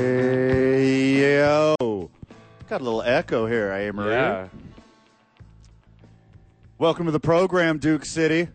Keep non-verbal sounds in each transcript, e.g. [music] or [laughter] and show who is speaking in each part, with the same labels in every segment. Speaker 1: Hey, yo. Got a little echo here, eh, Maria?
Speaker 2: Yeah.
Speaker 1: Welcome to the program, Duke City.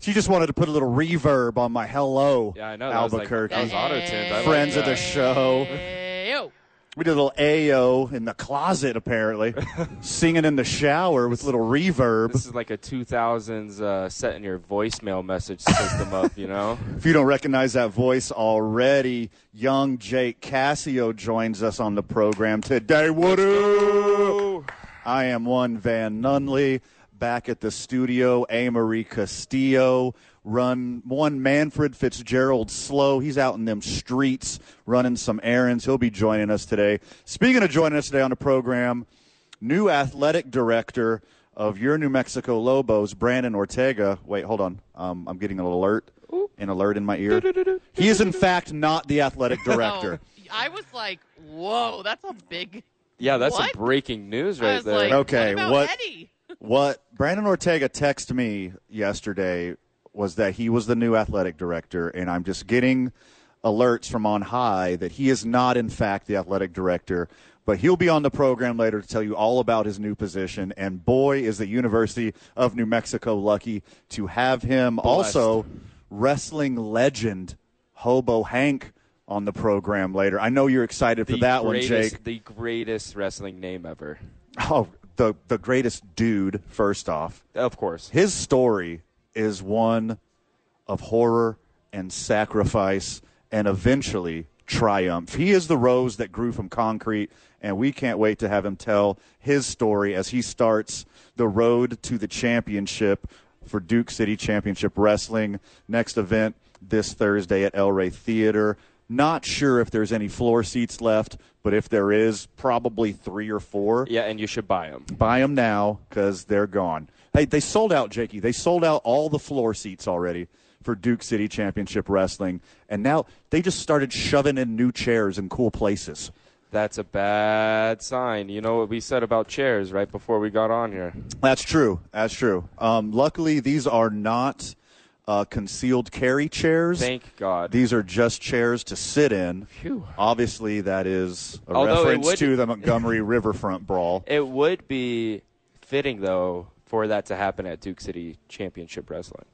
Speaker 1: She just wanted to put a little reverb on my hello,
Speaker 2: Yeah, I know. That was like-
Speaker 1: Albuquerque.
Speaker 2: that was auto-tuned. I like
Speaker 1: Friends of
Speaker 2: that.
Speaker 1: the show. [laughs]
Speaker 3: Ayo.
Speaker 1: We did a little AO in the closet,
Speaker 2: [laughs]
Speaker 1: apparently, singing in the shower with little reverb.
Speaker 2: This is like a 2000s uh, set in your voicemail message system up, you
Speaker 3: [laughs]
Speaker 2: know?
Speaker 1: If you don't recognize that voice already, young Jake Cassio joins us on the program today. What up? I am one Van Nunley back at the studio. Amory Castillo, run one Manfred Fitzgerald Slow. He's out in them streets running some errands. He'll be joining us today. Speaking of joining us today on the program, new athletic director of your New Mexico Lobos, Brandon Ortega. Wait, hold on. Um, I'm getting an alert, an alert in my ear. He is, in fact, not the athletic director.
Speaker 3: Oh, I was like, whoa, that's a big.
Speaker 2: Yeah, that's
Speaker 3: What?
Speaker 2: some breaking news
Speaker 3: I
Speaker 2: right
Speaker 3: was
Speaker 2: there.
Speaker 3: like,
Speaker 1: Okay,
Speaker 3: what? About
Speaker 1: what-
Speaker 3: Eddie?
Speaker 1: What Brandon Ortega texted me yesterday was that he was the new athletic director, and I'm just getting alerts from on high that he is not, in fact, the athletic director. But he'll be on the program later to tell you all about his new position. And boy, is the University of New Mexico lucky to have him. Also, wrestling legend Hobo Hank on the program later. I know you're excited for
Speaker 2: The
Speaker 1: that
Speaker 2: greatest,
Speaker 1: one, Jake.
Speaker 2: The greatest wrestling name ever.
Speaker 1: Oh, the the greatest dude. First off,
Speaker 2: Of course.
Speaker 1: his story is one of horror and sacrifice and eventually triumph. He is the rose that grew from concrete, and we can't wait to have him tell his story as he starts the road to the championship for Duke City Championship Wrestling. Next event this Thursday at El Rey Theater. Not sure if there's any floor seats left, but if there is, probably three or four
Speaker 2: Yeah, and you should buy them.
Speaker 1: buy them now because they're gone. Hey, they sold out, Jakey. They sold out all the floor seats already for Duke City Championship Wrestling, and now they just started shoving in new chairs in cool places.
Speaker 2: That's a bad sign. You know what we said about chairs right before we got on here?
Speaker 1: That's true. That's true. Um, luckily, these are not uh, concealed carry chairs.
Speaker 2: Thank God.
Speaker 1: These are just chairs to sit in.
Speaker 2: Phew.
Speaker 1: Obviously, that is a
Speaker 2: Although it
Speaker 1: reference
Speaker 2: would-
Speaker 1: to the
Speaker 2: [laughs]
Speaker 1: Montgomery Riverfront Brawl.
Speaker 2: it would be fitting, though, for that to happen at Duke City Championship Wrestling.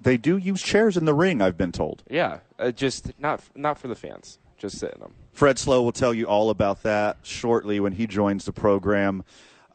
Speaker 1: They do use chairs in the ring, I've been told.
Speaker 2: Yeah, uh, just not not for the fans. Just sitting them.
Speaker 1: Fred Slow will tell you all about that shortly when he joins the program.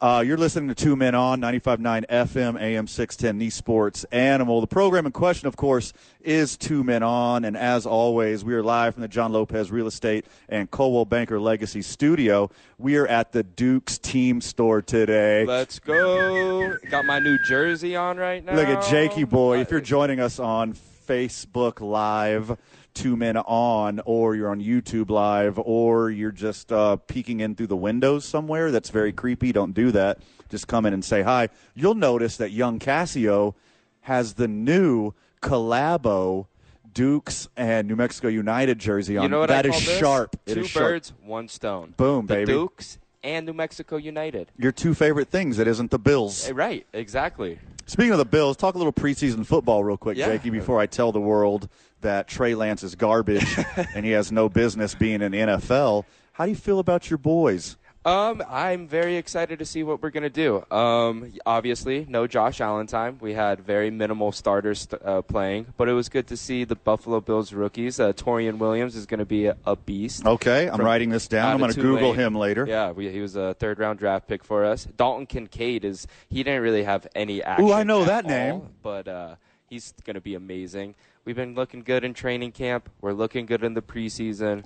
Speaker 1: Uh, you're listening to Two Men On 95.9 FM, AM 610, Knee Sports Animal. The program in question, of course, is Two Men On. And as always, we are live from the John Lopez Real Estate and Coldwell Banker Legacy Studio. We are at the Duke's team store today.
Speaker 2: Let's go. Got my new jersey on right now.
Speaker 1: Look at
Speaker 2: Oh,
Speaker 1: Jakey boy. If you're joining us on Facebook Live, Two Men On, or you're on YouTube Live, or you're just uh, peeking in through the windows somewhere, that's very creepy. Don't do that. Just come in and say hi. You'll notice that young Cassio has the new Collabo Dukes and New Mexico United jersey on.
Speaker 2: You know what
Speaker 1: That
Speaker 2: I
Speaker 1: is
Speaker 2: call this?
Speaker 1: sharp. It
Speaker 2: Two
Speaker 1: is sharp.
Speaker 2: birds, one stone.
Speaker 1: Boom,
Speaker 2: the
Speaker 1: baby.
Speaker 2: Dukes and New Mexico United.
Speaker 1: Your two favorite things. It isn't the Bills.
Speaker 2: Eh, Right, exactly.
Speaker 1: Speaking of the Bills, talk a little preseason football real quick,
Speaker 2: Yeah.
Speaker 1: Jakey, before I tell the world that Trey Lance is
Speaker 2: [laughs]
Speaker 1: garbage and he has no business being in the NFL. How do you feel about your boys?
Speaker 2: Um, I'm very excited to see what we're gonna do. Um, obviously, no Josh Allen time. We had very minimal starters st- uh, playing, but it was good to see the Buffalo Bills rookies. Uh, Torian Williams is gonna be a, a beast.
Speaker 1: Okay, I'm
Speaker 2: From-
Speaker 1: writing this down.
Speaker 2: out
Speaker 1: I'm
Speaker 2: of
Speaker 1: going to
Speaker 2: Tulane.
Speaker 1: Google him later.
Speaker 2: Yeah, we, he was a third round draft pick for us. Dalton Kincaid is he didn't really have any action.
Speaker 1: I know
Speaker 2: at
Speaker 1: that
Speaker 2: all,
Speaker 1: name.
Speaker 2: but uh, he's going to be amazing. We've been looking good in training camp. We're looking good in the preseason.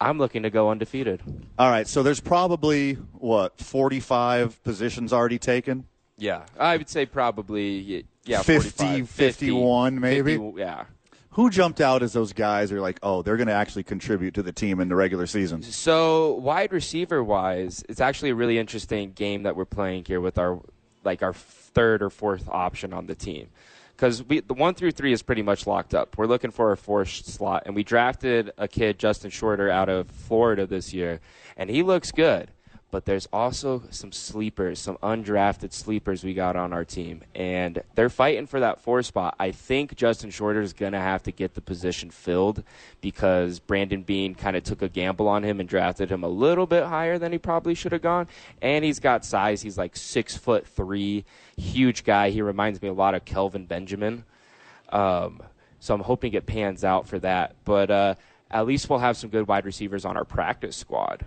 Speaker 2: I'm looking to go undefeated.
Speaker 1: All right, so there's probably what 45 positions already taken.
Speaker 2: Yeah, I would say probably y- yeah,
Speaker 1: 50,
Speaker 2: 45, 50,
Speaker 1: 51 maybe?
Speaker 2: 50, yeah.
Speaker 1: Who jumped out as those guys who are like, oh, they're going to actually contribute to the team in the regular season?
Speaker 2: So wide receiver wise, it's actually a really interesting game that we're playing here with our like our third or fourth option on the team because we the one through three is pretty much locked up. We're looking for a fourth slot, and we drafted a kid Justin Shorter out of Florida this year, and he looks good. But there's also some sleepers, some undrafted sleepers we got on our team, and they're fighting for that four spot. I think Justin Shorter is going to have to get the position filled because Brandon Bean kind of took a gamble on him and drafted him a little bit higher than he probably should have gone. And he's got size; he's like six foot three, huge guy. He reminds me a lot of Kelvin Benjamin. Um, so I'm hoping it pans out for that. But uh, at least we'll have some good wide receivers on our practice squad.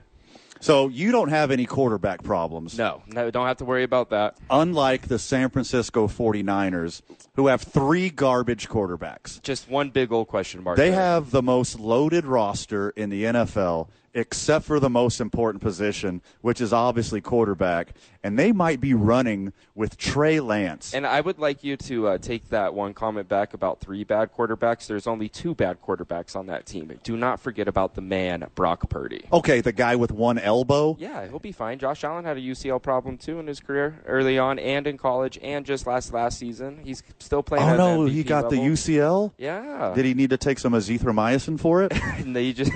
Speaker 1: So you don't have any quarterback problems.
Speaker 2: No, no, don't have to worry about that.
Speaker 1: Unlike the San Francisco 49ers, who have three garbage quarterbacks.
Speaker 2: Just one big old question mark.
Speaker 1: They
Speaker 2: there.
Speaker 1: have the most loaded roster in the NFL, except for the most important position, which is obviously quarterback. And they might be running with Trey Lance.
Speaker 2: And I would like you to uh, take that one comment back about three bad quarterbacks. There's only two bad quarterbacks on that team. Do not forget about the man, Brock Purdy.
Speaker 1: okay, the guy with one elbow.
Speaker 2: Yeah, he'll be fine. Josh Allen had a UCL problem too in his career early on, and in college, and just last last season. He's still playing.
Speaker 1: Oh
Speaker 2: at
Speaker 1: no,
Speaker 2: MVP
Speaker 1: he got the
Speaker 2: level.
Speaker 1: UCL.
Speaker 2: Yeah.
Speaker 1: Did he need to take some azithromycin for
Speaker 2: [laughs]
Speaker 1: it?
Speaker 2: And they just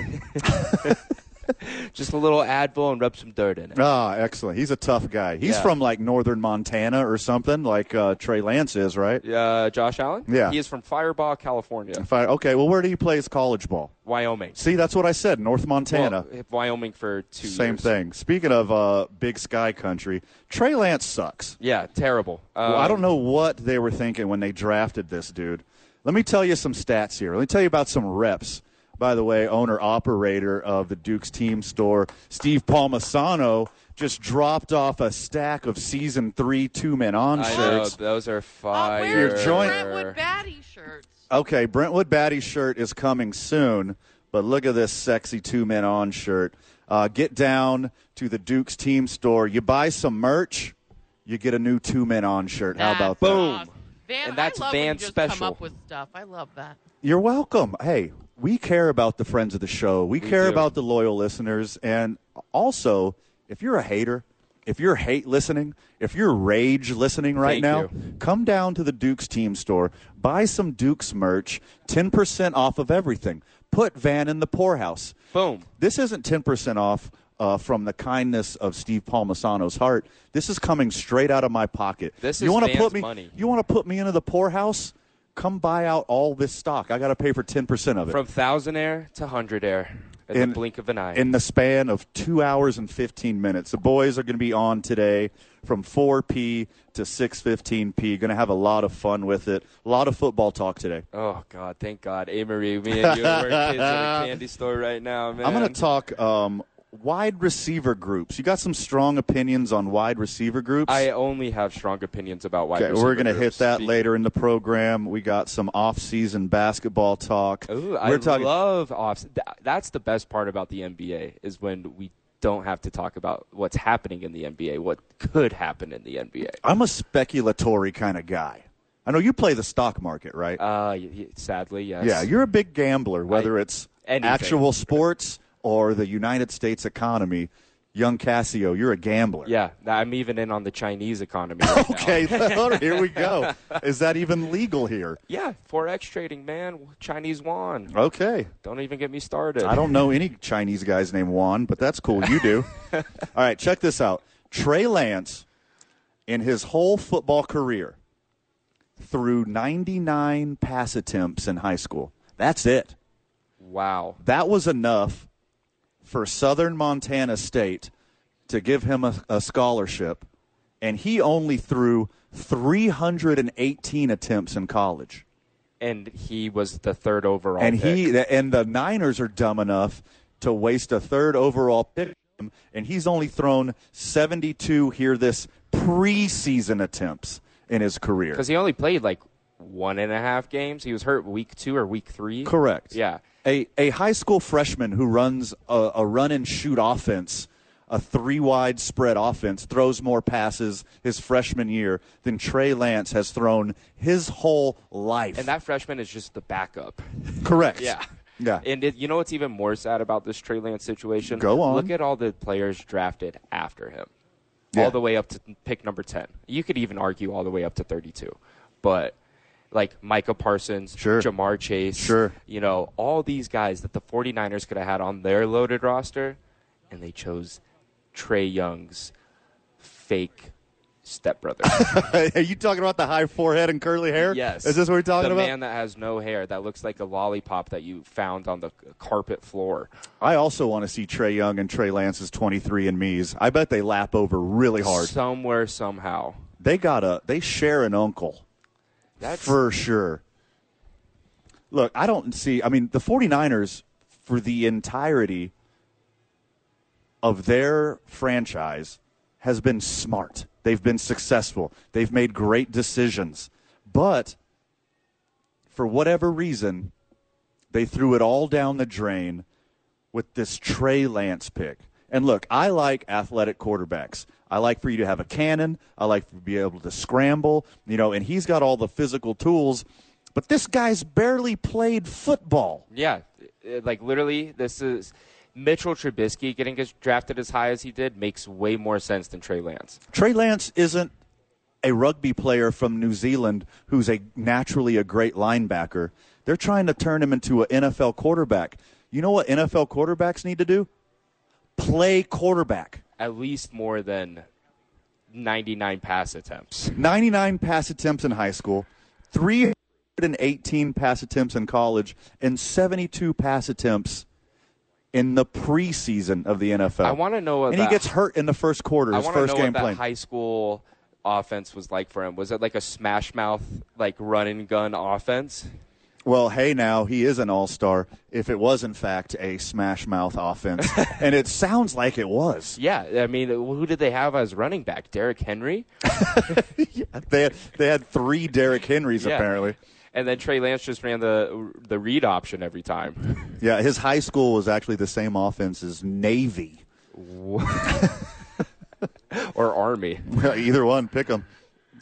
Speaker 2: just a little Advil and rub some dirt in it.
Speaker 1: Ah, excellent. He's a tough guy. He's
Speaker 2: Yeah.
Speaker 1: from like northern Montana or something, like uh, Trey Lance is, right?
Speaker 2: Uh, Josh Allen.
Speaker 1: Yeah.
Speaker 2: He is from Fireball, California,
Speaker 1: If I, okay, well, where do he play his college ball?
Speaker 2: Wyoming.
Speaker 1: See, that's what I said, North Montana.
Speaker 2: Well, Wyoming for two.
Speaker 1: Same
Speaker 2: years.
Speaker 1: thing. Speaking of uh, big sky country, Trey Lance sucks.
Speaker 2: Yeah, terrible.
Speaker 1: Well, I
Speaker 2: Um,
Speaker 1: don't know what they were thinking when they drafted this dude. Let me tell you some stats here. Let me tell you about some reps. By the way, owner operator of the Duke's team store, Steve Palmasano, just dropped off a stack of season three two men on
Speaker 2: Um, I know,
Speaker 1: shirts.
Speaker 2: those are
Speaker 3: I'll
Speaker 2: fire.
Speaker 3: wear
Speaker 1: Your
Speaker 3: the
Speaker 1: joint-
Speaker 3: Brentwood Batty shirts.
Speaker 1: Okay, Brentwood Batty shirt is coming soon, but look at this sexy two men on shirt. Uh, get down to the Duke's team store. You buy some merch, you get a new two men on shirt. How about
Speaker 3: That's
Speaker 1: that?
Speaker 3: awesome. Van,
Speaker 2: And that's
Speaker 3: I love when you
Speaker 2: Van's
Speaker 3: just
Speaker 2: special.
Speaker 3: Come up with stuff. I love that.
Speaker 1: You're welcome. Hey, we care about the friends of the show. We, care
Speaker 2: do.
Speaker 1: about the loyal listeners. And also, if you're a hater, if you're hate listening, if you're rage listening right
Speaker 2: Thank
Speaker 1: now,
Speaker 2: you.
Speaker 1: come down to the Duke's team store, buy some Duke's merch, 10% off of everything. Put Van in the poorhouse.
Speaker 2: Boom.
Speaker 1: This isn't 10% off uh, from the kindness of Steve Palmasano's heart. This is coming straight out of my pocket.
Speaker 2: This
Speaker 1: you
Speaker 2: is
Speaker 1: wanna
Speaker 2: Van's
Speaker 1: put me,
Speaker 2: money.
Speaker 1: You want to put me into the poorhouse? Come buy out all this stock. I got to pay for 10% of it.
Speaker 2: From thousand air to hundred air in, the blink of an eye.
Speaker 1: In the span of two hours and 15 minutes. The boys are going to be on today from 4P to 6.15P. Going to have a lot of fun with it. A lot of football talk today.
Speaker 2: oh God, thank God, A. Marie, me and you are kids
Speaker 1: [laughs]
Speaker 2: in a candy store right now, man.
Speaker 1: I'm going to talk um, wide receiver groups. You got some strong opinions on wide receiver groups?
Speaker 2: I only have strong opinions about wide.
Speaker 1: Okay,
Speaker 2: receiver
Speaker 1: we're going to hit
Speaker 2: groups.
Speaker 1: that
Speaker 2: Be-
Speaker 1: later in the program. We got some off-season basketball talk.
Speaker 2: Ooh,
Speaker 1: we're
Speaker 2: I
Speaker 1: talking.
Speaker 2: love off. tha- That's the best part about the NBA is when we don't have to talk about what's happening in the NBA, what could happen in the NBA.
Speaker 1: I'm a speculatory kind of guy. I know you play the stock market, right?
Speaker 2: Uh, y- y- sadly, yes.
Speaker 1: yeah, you're a big gambler, whether
Speaker 2: I-
Speaker 1: it's
Speaker 2: anything.
Speaker 1: actual sports or the United States economy. Young Cassio, you're a gambler.
Speaker 2: Yeah, I'm even in on the Chinese economy. Right now.
Speaker 1: [laughs]
Speaker 2: [laughs]
Speaker 1: Okay, here we go. Is that even legal here?
Speaker 2: Yeah, forex trading, man. Chinese yuan.
Speaker 1: Okay.
Speaker 2: Don't even get me started.
Speaker 1: I don't know any Chinese guys named Juan, but that's cool. You do. All right, check this out. Trey Lance, in his whole football career, threw 99 pass attempts in high school. That's it.
Speaker 2: Wow.
Speaker 1: That was enough for Southern Montana State to give him a, a scholarship, and he only threw 318 attempts in college.
Speaker 2: And he was the third overall.
Speaker 1: and
Speaker 2: pick.
Speaker 1: he and the Niners are dumb enough to waste a third overall pick, on him, and he's only thrown 72 here this preseason attempts in his career.
Speaker 2: because he only played like one and a half games. He was hurt week two or week three.
Speaker 1: Correct.
Speaker 2: Yeah,
Speaker 1: a, a high school freshman who runs a, a run and shoot offense, a three wide spread offense, throws more passes his freshman year than Trey Lance has thrown his whole life.
Speaker 2: And that freshman is just the backup.
Speaker 1: correct.
Speaker 2: Yeah.
Speaker 1: Yeah.
Speaker 2: And it, you know what's even more sad about this Trey Lance situation?
Speaker 1: Go on.
Speaker 2: Look at all the players drafted after him,
Speaker 1: Yeah.
Speaker 2: all the way up to pick number 10. You could even argue all the way up to 32. But like Micah Parsons,
Speaker 1: Sure.
Speaker 2: Jamar Chase,
Speaker 1: Sure.
Speaker 2: you know, all these guys that the 49ers could have had on their loaded roster, and they chose Trey Young's fake
Speaker 1: [laughs]
Speaker 2: stepbrother.
Speaker 1: [laughs] Are you talking about the high forehead and curly hair?
Speaker 2: Yes.
Speaker 1: Is this what we're talking
Speaker 2: the
Speaker 1: about?
Speaker 2: man that has no hair that looks like a lollipop that you found on the carpet floor.
Speaker 1: I also want to see Trey Young and Trey Lance's 23 and me's. I bet they lap over really hard.
Speaker 2: Somewhere, somehow.
Speaker 1: They got a they share an uncle
Speaker 2: That's
Speaker 1: for sure. Look, I don't see I mean the 49ers for the entirety of their franchise has been smart. They've been successful. They've made great decisions. But for whatever reason, they threw it all down the drain with this Trey Lance pick. And look, I like athletic quarterbacks. I like for you to have a cannon. I like to be able to scramble, you know, and he's got all the physical tools. But this guy's barely played football.
Speaker 2: yeah. Uh, Like literally, this is Mitchell Trubisky getting as- drafted as high as he did makes way more sense than Trey Lance.
Speaker 1: Trey Lance isn't a rugby player from New Zealand who's a naturally a great linebacker. They're trying to turn him into an NFL quarterback. You know what NFL quarterbacks need to do? Play quarterback.
Speaker 2: At least more than 99 pass attempts.
Speaker 1: 99 pass attempts in high school, 318 pass attempts in college, and 72 pass attempts in the preseason of the NFL.
Speaker 2: I wanna know what
Speaker 1: And he
Speaker 2: that-
Speaker 1: gets hurt in the first quarter,
Speaker 2: I
Speaker 1: his
Speaker 2: want to
Speaker 1: first
Speaker 2: know
Speaker 1: game
Speaker 2: what that
Speaker 1: playing.
Speaker 2: high school offense was like for him. Was it like a smash mouth, like run and gun offense?
Speaker 1: Well, hey, now he is an all star if it was, in fact, a smash mouth
Speaker 2: [laughs]
Speaker 1: offense. and it sounds like it was.
Speaker 2: Yeah, I mean, who did they have as running back? Derrick Henry,
Speaker 1: They had, they had three Derrick Henrys,
Speaker 2: Yeah.
Speaker 1: apparently.
Speaker 2: and then Trey Lance just ran the the read option every time.
Speaker 1: Yeah, his high school was actually the same offense as Navy.
Speaker 2: or Army.
Speaker 1: [laughs] Either one, pick them.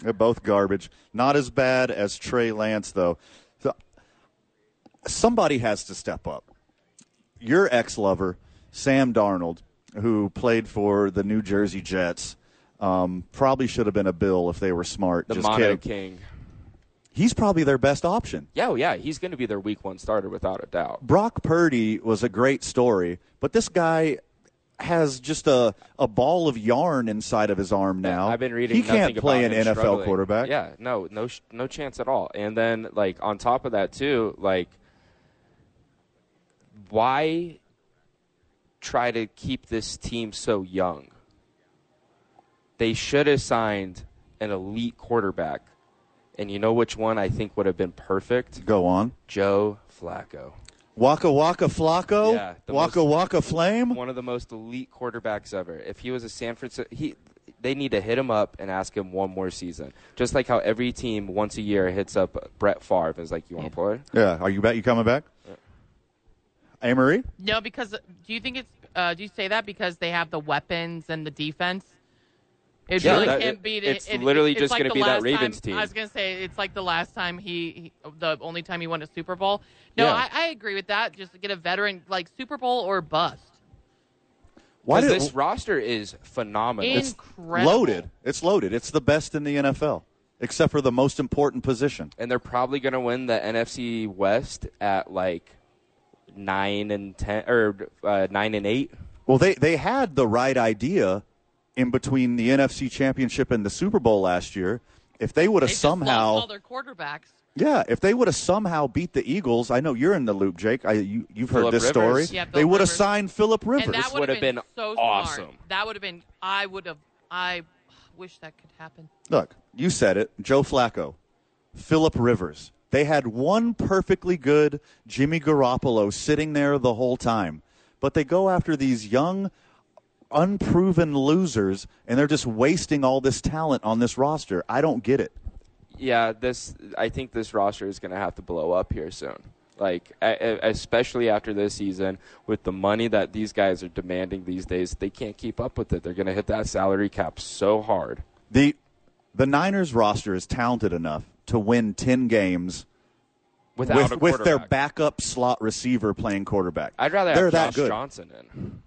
Speaker 1: They're both garbage. Not as bad as Trey Lance, though. So, somebody has to step up. Your ex lover, Sam Darnold, who played for the New Jersey Jets, um, probably should have been a Bill if they were smart.
Speaker 2: The
Speaker 1: Just
Speaker 2: Mono
Speaker 1: kidding.
Speaker 2: King.
Speaker 1: He's probably their best option.
Speaker 2: Yeah, oh, yeah, he's going to be their Week One starter without a doubt.
Speaker 1: Brock Purdy was a great story, but this guy has just a, a ball of yarn inside of his arm now.
Speaker 2: I've been reading.
Speaker 1: He
Speaker 2: nothing
Speaker 1: can't play
Speaker 2: about
Speaker 1: an
Speaker 2: him
Speaker 1: NFL
Speaker 2: struggling.
Speaker 1: quarterback.
Speaker 2: Yeah, no, no, sh- no chance at all. And then, like on top of that, too, like why try to keep this team so young? They should have signed an elite quarterback, and you know which one I think would have been perfect?
Speaker 1: Go on.
Speaker 2: Joe Flacco,
Speaker 1: Waka Waka Flacco?
Speaker 2: Yeah, the
Speaker 1: Waka
Speaker 2: most-
Speaker 1: Waka Flame?
Speaker 2: one of the most elite quarterbacks ever. If he was a San Francisco, he. They need to hit him up and ask him one more season. Just like how every team once a year hits up Brett Favre and is like, "You want to play?"
Speaker 1: Yeah. Are you bet you coming back? Amory?
Speaker 3: No, because do you think it's? Uh, do you say that because they have the weapons and the defense? It
Speaker 2: Yeah,
Speaker 3: really
Speaker 2: that-
Speaker 3: can't beat it.
Speaker 2: it's literally just
Speaker 3: like
Speaker 2: gonna
Speaker 3: the
Speaker 2: be that
Speaker 3: last
Speaker 2: Ravens
Speaker 3: time-
Speaker 2: team.
Speaker 3: I was gonna say it's like the last time he, he the only time he won a Super Bowl. No,
Speaker 2: Yeah.
Speaker 3: I, I agree with that. Just get a veteran like Super Bowl or bust.
Speaker 1: Why
Speaker 2: Because
Speaker 1: did-
Speaker 2: this roster is phenomenal.
Speaker 3: It's Incredible.
Speaker 1: loaded. It's loaded. It's the best in the NFL, except for the most important position.
Speaker 2: and they're probably going to win the NFC West at like nine and ten or uh, nine and eight.
Speaker 1: Well, they, they had the right idea in between the NFC Championship and the Super Bowl last year. If they would
Speaker 3: They
Speaker 1: have
Speaker 3: just
Speaker 1: somehow,
Speaker 3: lost all their quarterbacks.
Speaker 1: yeah, if they would have somehow beat the Eagles, I know you're in the loop, Jake. I, you, you've heard
Speaker 2: Phillip
Speaker 1: this
Speaker 2: Rivers.
Speaker 1: story.
Speaker 3: Yeah,
Speaker 1: they
Speaker 3: Phillip
Speaker 1: would have
Speaker 3: Rivers.
Speaker 1: signed Philip Rivers.
Speaker 3: And that would have
Speaker 2: would've
Speaker 3: been,
Speaker 2: been
Speaker 3: so
Speaker 2: awesome.
Speaker 3: Smart. That would have been. I would have. I wish that could happen.
Speaker 1: Look, you said it. Joe Flacco, Philip Rivers. They had one perfectly good Jimmy Garoppolo sitting there the whole time. But they go after these young, unproven losers, and they're just wasting all this talent on this roster. I don't get it.
Speaker 2: Yeah, this I think this roster is going to have to blow up here soon. Like e- especially after this season, with the money that these guys are demanding these days, they can't keep up with it. They're going to hit that salary cap so hard.
Speaker 1: The the Niners roster is talented enough to win 10 games
Speaker 2: Without a
Speaker 1: with, with their
Speaker 2: quarterback.
Speaker 1: backup slot receiver playing quarterback.
Speaker 2: I'd rather
Speaker 1: They're
Speaker 2: have
Speaker 1: that
Speaker 2: Josh
Speaker 1: good.
Speaker 2: Johnson in.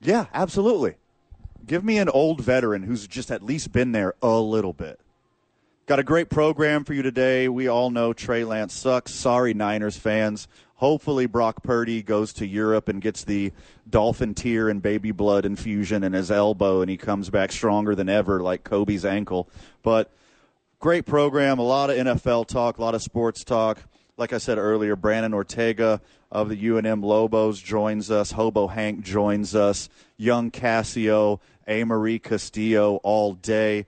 Speaker 1: Yeah, absolutely. Give me an old veteran who's just at least been there a little bit. Got a great program for you today. We all know Trey Lance sucks. Sorry, Niners fans. Hopefully, Brock Purdy goes to Europe and gets the dolphin tear and baby blood infusion in his elbow, and he comes back stronger than ever, like Kobe's ankle. But great program, a lot of NFL talk, a lot of sports talk. Like I said earlier, Brandon Ortega of the UNM Lobos joins us. Hobo Hank joins us. Young Cassio, A. Marie Castillo all day.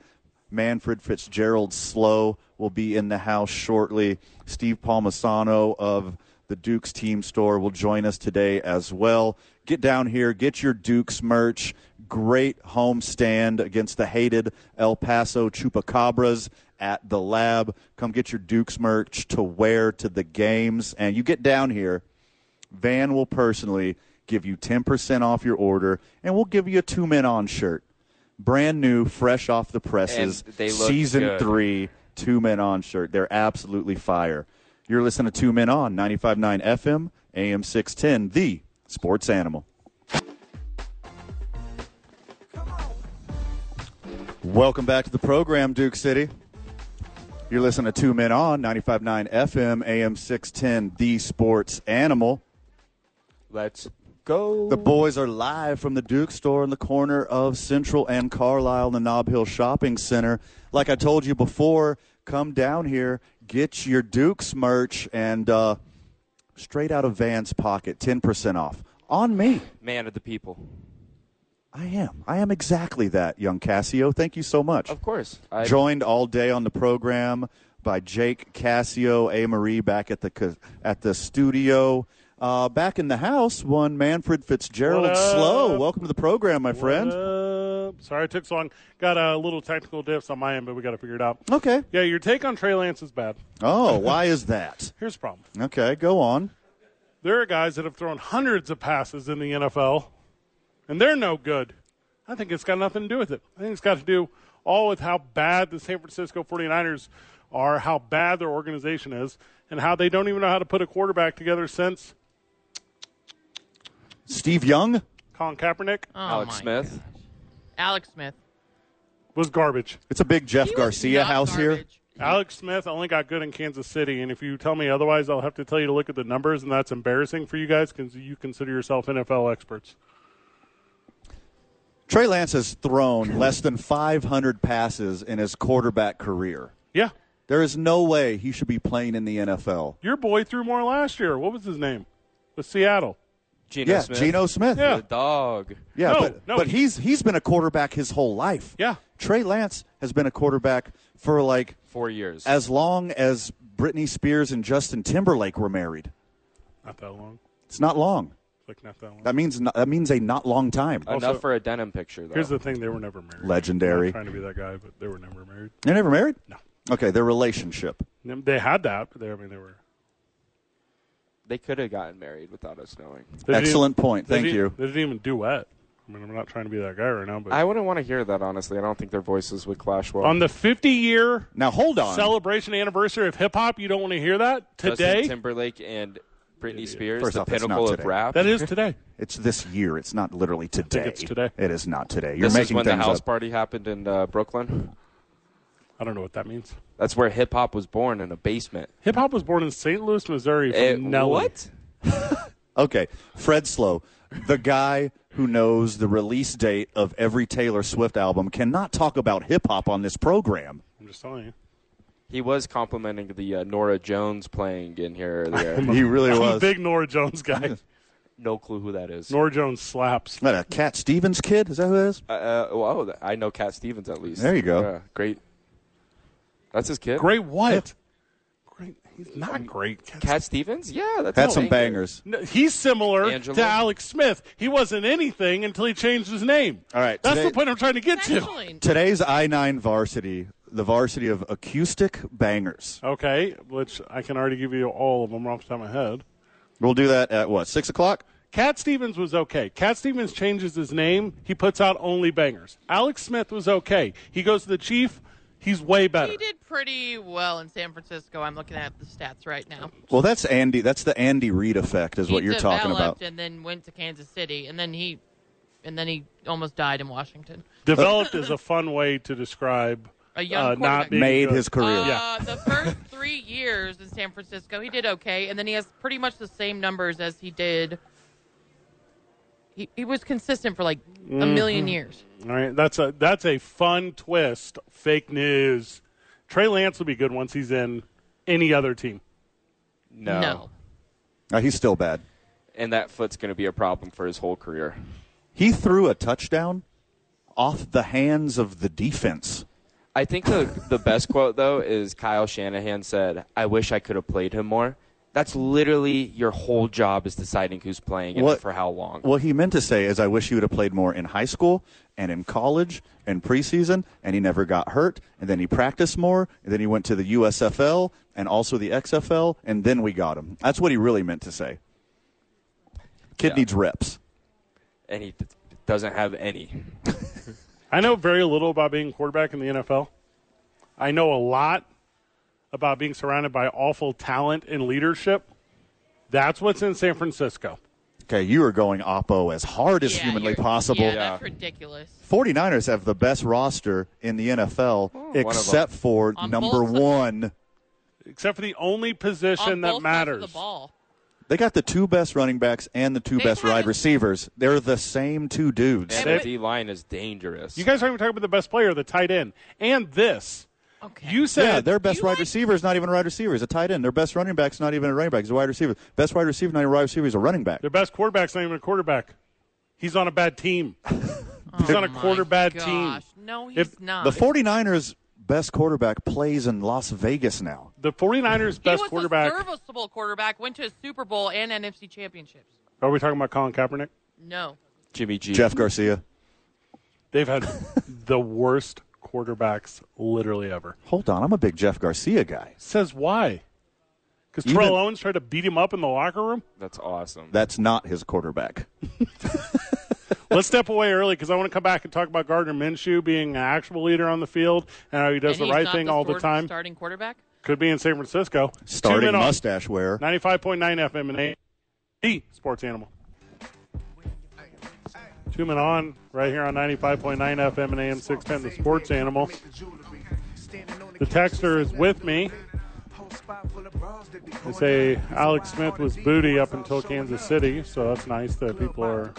Speaker 1: Manfred Fitzgerald Slow will be in the house shortly. Steve Palmasano of the Duke's Team Store will join us today as well. Get down here, get your Duke's merch. Great home stand against the hated El Paso Chupacabras at the lab. Come get your Duke's merch to wear to the games. And you get down here, Van will personally give you 10% off your order, and we'll give you a two men on shirt. Brand new, fresh off the presses,
Speaker 2: And they look
Speaker 1: season
Speaker 2: good.
Speaker 1: three, two men on shirt. They're absolutely fire. You're listening to Two Men On, 95.9 FM, AM 610, the sports animal. Welcome back to the program, Duke City. You're listening to Two Men On, 95.9 FM, AM 610, the sports animal.
Speaker 2: Let's go.
Speaker 1: The boys are live from the Duke store in the corner of Central and Carlisle in the Knob Hill Shopping Center. Like I told you before, come down here, get your Duke's merch, and uh, straight out of Van's pocket, 10% off. On me.
Speaker 2: man of the people.
Speaker 1: I am. I am exactly that, young Cassio. Thank you so much.
Speaker 2: Of course. I,
Speaker 1: Joined all day on the program by Jake Cassio, A. Marie back at the ca- at the studio. Uh, back in the house, one Manfred Fitzgerald
Speaker 4: What up?
Speaker 1: Slow. Welcome to the program, my friend.
Speaker 4: What up? Sorry it took so long. Got a little technical diffs on my end, but we got to figure it out.
Speaker 1: Okay.
Speaker 4: Yeah, your take on Trey Lance is bad.
Speaker 1: Oh, why is that?
Speaker 4: Here's the problem.
Speaker 1: Okay, go on.
Speaker 4: There are guys that have thrown hundreds of passes in the NFL, and they're no good. I think it's got nothing to do with it. I think it's got to do all with how bad the San Francisco 49ers are, how bad their organization is, and how they don't even know how to put a quarterback together since
Speaker 1: Steve Young.
Speaker 4: Colin Kaepernick
Speaker 3: Oh,
Speaker 2: Alex
Speaker 3: my
Speaker 2: Smith.
Speaker 3: God. Alex Smith.
Speaker 4: was garbage.
Speaker 1: It's a big Jeff
Speaker 3: He was
Speaker 1: Garcia
Speaker 3: not
Speaker 1: house here.
Speaker 3: garbage.
Speaker 4: Alex Smith only got good in Kansas City, and if you tell me otherwise, I'll have to tell you to look at the numbers, and that's embarrassing for you guys because you consider yourself NFL experts.
Speaker 1: Trey Lance has thrown less than 500 passes in his quarterback career.
Speaker 4: Yeah,
Speaker 1: There is no way he should be playing in the NFL.
Speaker 4: your boy threw more last year. What was his name? With Seattle.
Speaker 2: Geno
Speaker 1: yeah,
Speaker 2: Smith.
Speaker 1: Geno Smith.
Speaker 4: Yeah.
Speaker 2: The dog.
Speaker 1: Yeah,
Speaker 4: No,
Speaker 1: but,
Speaker 4: no.
Speaker 1: but he's he's been a quarterback his whole life.
Speaker 4: Yeah.
Speaker 1: Trey Lance has been a quarterback for like
Speaker 2: Four years.
Speaker 1: as long as Britney Spears and Justin Timberlake were married.
Speaker 4: Not that long.
Speaker 1: It's not long.
Speaker 4: Like not that long.
Speaker 1: That means not, that means a not long time.
Speaker 2: Enough
Speaker 4: also-
Speaker 2: for a denim picture, though.
Speaker 4: Here's the thing: they were never married.
Speaker 1: Legendary.
Speaker 4: I'm not trying to be that guy, but they were never married.
Speaker 1: They're never married.
Speaker 4: No.
Speaker 1: Okay, their relationship.
Speaker 4: They had that, but they, I mean, they were.
Speaker 2: they could have gotten married without us knowing.
Speaker 4: they didn't
Speaker 1: Excellent
Speaker 4: even-
Speaker 1: point.
Speaker 4: they
Speaker 1: Thank
Speaker 4: didn't-
Speaker 1: you.
Speaker 4: They didn't even duet. I mean, I'm not trying to be that guy right now, but
Speaker 2: I wouldn't want to hear that, honestly. I don't think their voices would clash well.
Speaker 4: on the 50 year
Speaker 1: Now hold on.
Speaker 4: celebration anniversary of hip hop, you don't want to hear that
Speaker 2: Justin
Speaker 4: today.
Speaker 2: Timberlake and Britney Spears,
Speaker 1: First
Speaker 2: the
Speaker 1: off, it's not
Speaker 2: pinnacle of
Speaker 1: today.
Speaker 2: rap.
Speaker 4: That is today.
Speaker 1: it's this year. It's not literally today.
Speaker 4: it's today.
Speaker 1: It is not today. You're
Speaker 2: this is
Speaker 1: making
Speaker 2: when the
Speaker 1: things
Speaker 2: house
Speaker 1: up.
Speaker 2: party happened in uh, Brooklyn.
Speaker 4: I don't know what that means.
Speaker 2: That's where hip hop was born in a basement.
Speaker 4: Hip hop was born in St. Louis, Missouri. From
Speaker 2: Eh,
Speaker 4: Nelly.
Speaker 2: What?
Speaker 1: Okay, Fred Slow, the guy who knows the release date of every Taylor Swift album, cannot talk about hip hop on this program.
Speaker 4: I'm just telling you.
Speaker 2: He was complimenting the uh, Nora Jones playing in
Speaker 4: [laughs]
Speaker 2: here or there.
Speaker 1: He really
Speaker 4: I'm
Speaker 1: was.
Speaker 4: a big Nora Jones guy.
Speaker 2: no clue who that is.
Speaker 4: Nora Jones slaps.
Speaker 1: What, a Cat Stevens kid? Is that who it is?
Speaker 2: Uh, uh, well, oh, I know Cat Stevens at least.
Speaker 1: There you go.
Speaker 2: Yeah, great. That's his kid.
Speaker 4: Great what? Great. He's
Speaker 1: Um,
Speaker 4: not great.
Speaker 2: Cat Stevens? Yeah, that's
Speaker 1: Had
Speaker 2: a
Speaker 1: some
Speaker 2: banger.
Speaker 1: bangers.
Speaker 4: No, he's similar
Speaker 2: Angela?
Speaker 4: to Alex Smith. He wasn't anything until he changed his name.
Speaker 1: All right,
Speaker 4: That's
Speaker 1: today-
Speaker 4: the point I'm trying to get to.
Speaker 3: Essentially.
Speaker 1: Today's I 9 varsity, the varsity of acoustic bangers.
Speaker 4: Okay, which I can already give you all of them off the top of my head.
Speaker 1: We'll do that at what, 6 o'clock?
Speaker 4: Cat Stevens was okay. Cat Stevens changes his name. He puts out only bangers. Alex Smith was okay. He goes to the Chief. He's way better.
Speaker 3: He did pretty well in San Francisco. I'm looking at the stats right now.
Speaker 1: Well, that's Andy. That's the Andy Reid effect, is what
Speaker 3: He
Speaker 1: you're talking
Speaker 3: developed
Speaker 1: about.
Speaker 3: And then went to Kansas City, and then he, and then he almost died in Washington.
Speaker 4: Developed is a
Speaker 3: [laughs]
Speaker 4: fun way to describe
Speaker 3: A young
Speaker 4: uh, not
Speaker 3: quarterback.
Speaker 4: being
Speaker 1: Made
Speaker 4: good.
Speaker 1: his career.
Speaker 3: Uh, the first [laughs] three years in San Francisco, he did okay, and then he has pretty much the same numbers as he did. He, he was consistent for like a
Speaker 1: Mm-hmm.
Speaker 3: million years.
Speaker 4: All right, that's a that's a fun twist. Fake news. Trey Lance would be good once he's in any other team.
Speaker 2: No.
Speaker 3: No.
Speaker 1: Uh, he's still bad.
Speaker 2: And that foot's going to be a problem for his whole career.
Speaker 1: He threw a touchdown off the hands of the defense.
Speaker 2: I think the the best quote though is Kyle Shanahan said, "I wish I could have played him more." That's literally your whole job is deciding who's playing and
Speaker 1: What-
Speaker 2: for how long.
Speaker 1: What he meant to say is, I wish he would have played more in high school and in college and preseason, and he never got hurt. And then he practiced more, and then he went to the USFL and also the XFL, and then we got him. That's what he really meant to say. Kid
Speaker 2: Yeah.
Speaker 1: needs reps.
Speaker 2: And he d- doesn't have any.
Speaker 4: I know very little about being quarterback in the NFL. I know a lot about being surrounded by awful talent and leadership. That's what's in San Francisco.
Speaker 1: Okay, you are going Oppo as hard as
Speaker 3: Yeah,
Speaker 1: humanly
Speaker 3: you're-
Speaker 1: possible.
Speaker 3: Yeah, that's ridiculous.
Speaker 1: 49ers have the best roster in the NFL,
Speaker 2: of
Speaker 1: except for
Speaker 3: On
Speaker 1: number
Speaker 3: both-
Speaker 1: one.
Speaker 4: Except for the only
Speaker 3: On
Speaker 4: position
Speaker 3: both
Speaker 4: that
Speaker 3: sides of
Speaker 4: matters.
Speaker 3: The ball.
Speaker 1: They got the two best running backs and the two
Speaker 3: They
Speaker 1: best wide
Speaker 3: have-
Speaker 1: receivers. They're the same two dudes.
Speaker 2: And
Speaker 4: They-
Speaker 2: the D line is dangerous.
Speaker 4: You guys aren't even talking about the best player, the tight end. And this.
Speaker 3: Okay.
Speaker 4: You said
Speaker 1: Yeah, their best
Speaker 3: you
Speaker 1: wide
Speaker 3: like-
Speaker 1: receiver is not even a wide receiver. He's a tight end. Their best running back's not even a running back. He's a wide receiver. Best wide receiver, not even a wide receiver. He's a running back.
Speaker 4: Their best quarterback's not even a quarterback. He's on a
Speaker 1: [laughs]
Speaker 4: bad team. He's on a
Speaker 3: Oh My
Speaker 4: quarter bad team.
Speaker 3: gosh. No, he's
Speaker 4: If-
Speaker 3: not.
Speaker 1: The 49ers' best quarterback plays in Las Vegas now.
Speaker 4: The 49ers'
Speaker 3: he
Speaker 4: best
Speaker 3: was
Speaker 4: quarterback.
Speaker 3: a serviceable quarterback. Went to a Super Bowl and NFC championships.
Speaker 4: Are we talking about Colin Kaepernick?
Speaker 3: No.
Speaker 2: Jimmy G.
Speaker 1: Jeff Garcia. [laughs]
Speaker 4: They've had the worst quarterbacks literally ever.
Speaker 1: Hold on, I'm a big Jeff Garcia guy.
Speaker 4: Says why? Because
Speaker 1: Even-
Speaker 4: Terrell Owens tried to beat him up in the locker room?
Speaker 2: That's awesome.
Speaker 1: That's not his quarterback.
Speaker 4: Let's step away early because I want to come back and talk about Gardner Minshew being an actual leader on the field and how he does
Speaker 3: and
Speaker 4: the
Speaker 3: he's
Speaker 4: right
Speaker 3: not
Speaker 4: thing all the
Speaker 3: sort-
Speaker 4: time.
Speaker 3: Starting quarterback.
Speaker 4: Could be in San Francisco.
Speaker 1: Starting
Speaker 4: Two men on
Speaker 1: mustache wearer.
Speaker 4: 95.9 FM and 8. The Sports Animal. Two men on right here on 95.9 FM and AM 610, the Sports Animal.
Speaker 5: The texter is with me.
Speaker 4: They say Alex Smith was booty up until Kansas City, so that's nice that people are.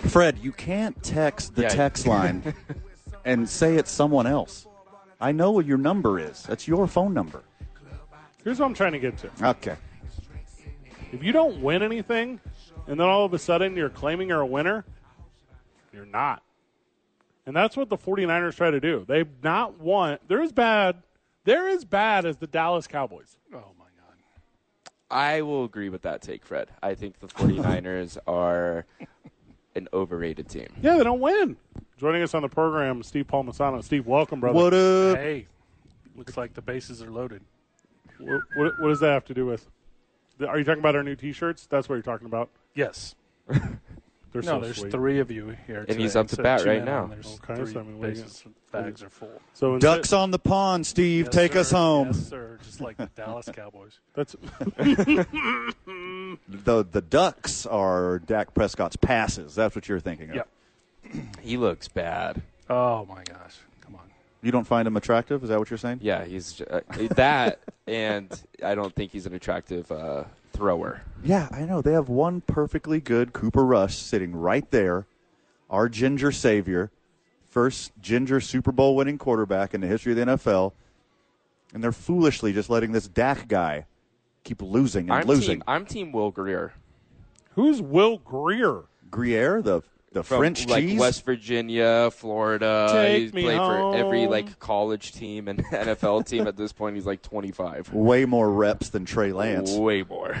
Speaker 1: Fred, you can't text the
Speaker 2: Yeah.
Speaker 1: text line and say it's someone else. I know what your number is. That's your phone number.
Speaker 4: Here's what I'm trying to get to.
Speaker 1: Okay.
Speaker 4: If you don't win anything, and then all of a sudden you're claiming you're a winner, you're not. And that's what the 49ers try to do. They've not won. They're as bad. They're as bad as the Dallas Cowboys.
Speaker 2: I will agree with that take, Fred. I think the 49ers [laughs] are an overrated team.
Speaker 4: Yeah, they don't win. Joining us on the program, Steve Palmasano. Steve, welcome, brother.
Speaker 1: What up?
Speaker 6: Hey, looks like the bases are loaded.
Speaker 4: What, what, what does that have to do with? the- Are you talking about our new T-shirts? That's what you're talking about.
Speaker 6: Yes.
Speaker 4: They're so
Speaker 6: No, there's
Speaker 4: sweet.
Speaker 6: three of you here. today,
Speaker 2: he's up to
Speaker 6: so
Speaker 2: bat
Speaker 6: two
Speaker 2: right
Speaker 6: men
Speaker 2: now.
Speaker 6: on, There's
Speaker 4: Okay,
Speaker 6: three
Speaker 4: so I mean, what do you
Speaker 6: bases, bags are full.
Speaker 4: So instead-
Speaker 1: Ducks on the pond, Steve.
Speaker 6: Yes,
Speaker 1: Take
Speaker 6: sir.
Speaker 1: us home.
Speaker 6: Yes, sir. Just like the Dallas Cowboys.
Speaker 4: That's
Speaker 1: The the Ducks are Dak Prescott's passes. That's what you're thinking of.
Speaker 6: Yep.
Speaker 2: He looks bad.
Speaker 6: Oh my gosh! Come on.
Speaker 1: You don't find him attractive? Is that what you're saying?
Speaker 2: Yeah, he's uh, that, and I don't think he's an attractive uh, thrower.
Speaker 1: Yeah, I know. They have one perfectly good Cooper Rush sitting right there, our ginger savior, first ginger Super Bowl winning quarterback in the history of the NFL. And they're foolishly just letting this Dak guy keep losing and
Speaker 2: I'm
Speaker 1: losing.
Speaker 2: Team, I'm Team Will Greer
Speaker 4: who's Will Greer?
Speaker 1: Gruyere, the the
Speaker 2: from
Speaker 1: French
Speaker 2: like
Speaker 1: cheese.
Speaker 2: West Virginia, Florida.
Speaker 4: Take
Speaker 2: he's
Speaker 4: me
Speaker 2: played for every
Speaker 4: home.
Speaker 2: like college team and [laughs] NFL team at this point. He's like 25.
Speaker 1: Way more reps than Trey Lance.
Speaker 2: Way
Speaker 4: [laughs]
Speaker 2: more.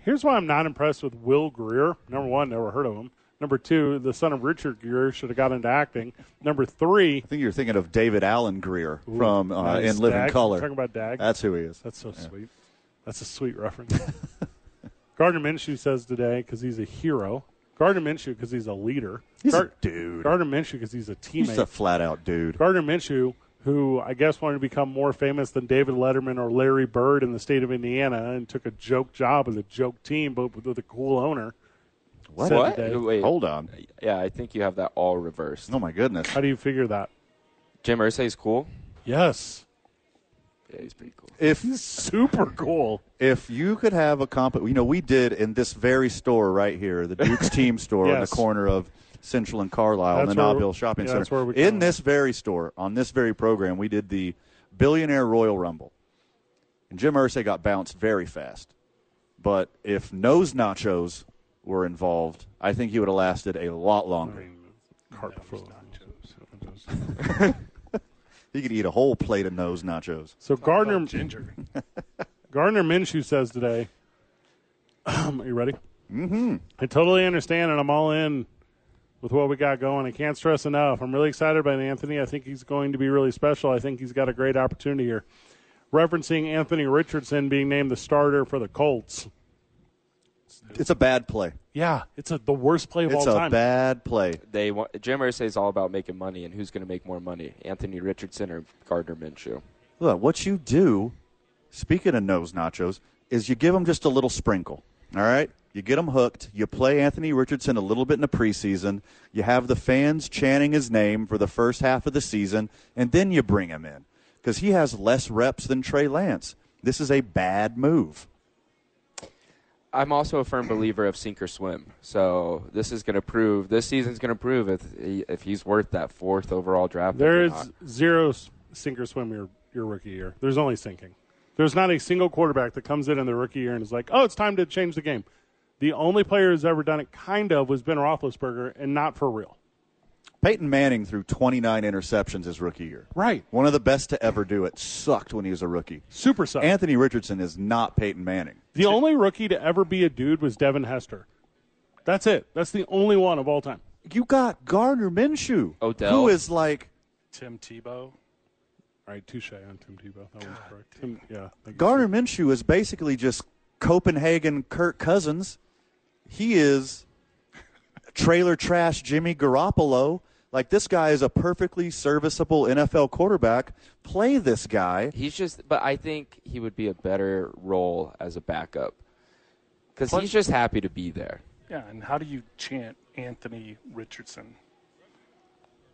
Speaker 4: Here's why I'm not impressed with Will Greer. Number one, never heard of him. Number two, the son of Richard Greer should have got into acting. Number three,
Speaker 1: I think you're thinking of David Allen Greer from uh,
Speaker 4: nice.
Speaker 1: In Living
Speaker 4: Dag.
Speaker 1: Color.
Speaker 4: Talking about Dag.
Speaker 1: That's who he is. [laughs]
Speaker 4: That's so sweet. That's a sweet reference. Gardner Minshew says today because he's a hero. Gardner Minshew because he's a leader.
Speaker 1: He's
Speaker 4: Gar-
Speaker 1: a dude.
Speaker 4: Gardner Minshew because he's a teammate.
Speaker 1: He's a flat out dude.
Speaker 4: Gardner Minshew, who I guess wanted to become more famous than David Letterman or Larry Bird in the state of Indiana, and took a joke job with a joke team, but with a cool owner.
Speaker 1: What?
Speaker 4: said
Speaker 2: What?
Speaker 4: today.
Speaker 2: Wait.
Speaker 1: Hold on.
Speaker 2: Yeah, I think you have that all reversed.
Speaker 1: Oh my goodness.
Speaker 4: How do you figure that?
Speaker 2: Jim Irsay's cool.
Speaker 4: Yes,
Speaker 2: Yeah, he's pretty cool.
Speaker 1: If
Speaker 4: super cool.
Speaker 1: if you could have a comp, you know, we did in this very store right here, the
Speaker 4: [laughs]
Speaker 1: Duke's Team store on the
Speaker 4: Yes.
Speaker 1: corner of Central and Carlisle, in the
Speaker 4: That's where-
Speaker 1: Nob Hill Shopping
Speaker 4: yeah,
Speaker 1: Center.
Speaker 4: that's where we
Speaker 1: in
Speaker 4: come.
Speaker 1: this very store, on this very program, we did the Billionaire Royal Rumble, and Jim Irsay got bounced very fast. But if nose nachos were involved, I think he would have lasted a lot longer.
Speaker 4: Cart before.
Speaker 1: He could eat a whole plate of nose nachos.
Speaker 4: So Gardner
Speaker 6: Ginger.
Speaker 4: Gardner Minshew says today. [clears throat] are you ready? Mm-hmm. I totally understand, and I'm all in with what we got going. I can't stress enough. I'm really excited about Anthony. I think he's going to be really special. I think he's got a great opportunity here. Referencing Anthony Richardson being named the starter for the Colts.
Speaker 1: It's a bad play.
Speaker 4: Yeah, it's a, the worst play of
Speaker 1: It's
Speaker 4: all
Speaker 1: a
Speaker 4: time.
Speaker 1: bad play.
Speaker 2: They want, Jim Irsay's all about making money, and who's going to make more money, Anthony Richardson or Gardner Minshew?
Speaker 1: Look, what you do, speaking of nose nachos, is you give them just a little sprinkle. All right? You get them hooked. You play Anthony Richardson a little bit in the preseason. You have the fans chanting his name for the first half of the season, and then you bring him in because he has less reps than Trey Lance. This is a bad move.
Speaker 2: I'm also a firm believer of sink or swim. So this is going to prove this season's going to prove if he- if he's worth that fourth overall draft. pick or
Speaker 4: There is
Speaker 2: not.
Speaker 4: zero s- sink or swim your, your rookie year. There's only sinking. There's not a single quarterback that comes in in the rookie year and is like, oh, it's time to change the game. The only player who's ever done it, kind of, was Ben Roethlisberger, and not for real.
Speaker 1: Peyton Manning threw 29 interceptions his rookie year.
Speaker 4: Right.
Speaker 1: One of the best to ever do it. Sucked when he was a rookie.
Speaker 4: Super suck.
Speaker 1: Anthony Richardson is not Peyton Manning.
Speaker 4: the only rookie to ever be a dude was Devin Hester. That's it. That's the only one of all time.
Speaker 1: You got Gardner Minshew,
Speaker 2: Odell.
Speaker 1: who is like
Speaker 6: Tim Tebow.
Speaker 4: All right, touche on Tim Tebow. That one's correct. Tim, yeah. thank you.
Speaker 1: Gardner Minshew is basically just Copenhagen Kirk Cousins. He is trailer trash Jimmy Garoppolo. Like this guy is a perfectly serviceable NFL quarterback. Play this guy.
Speaker 2: He's just, but I think he would be a better role as a backup because he's just happy to be there.
Speaker 6: Yeah, and how do you chant Anthony Richardson?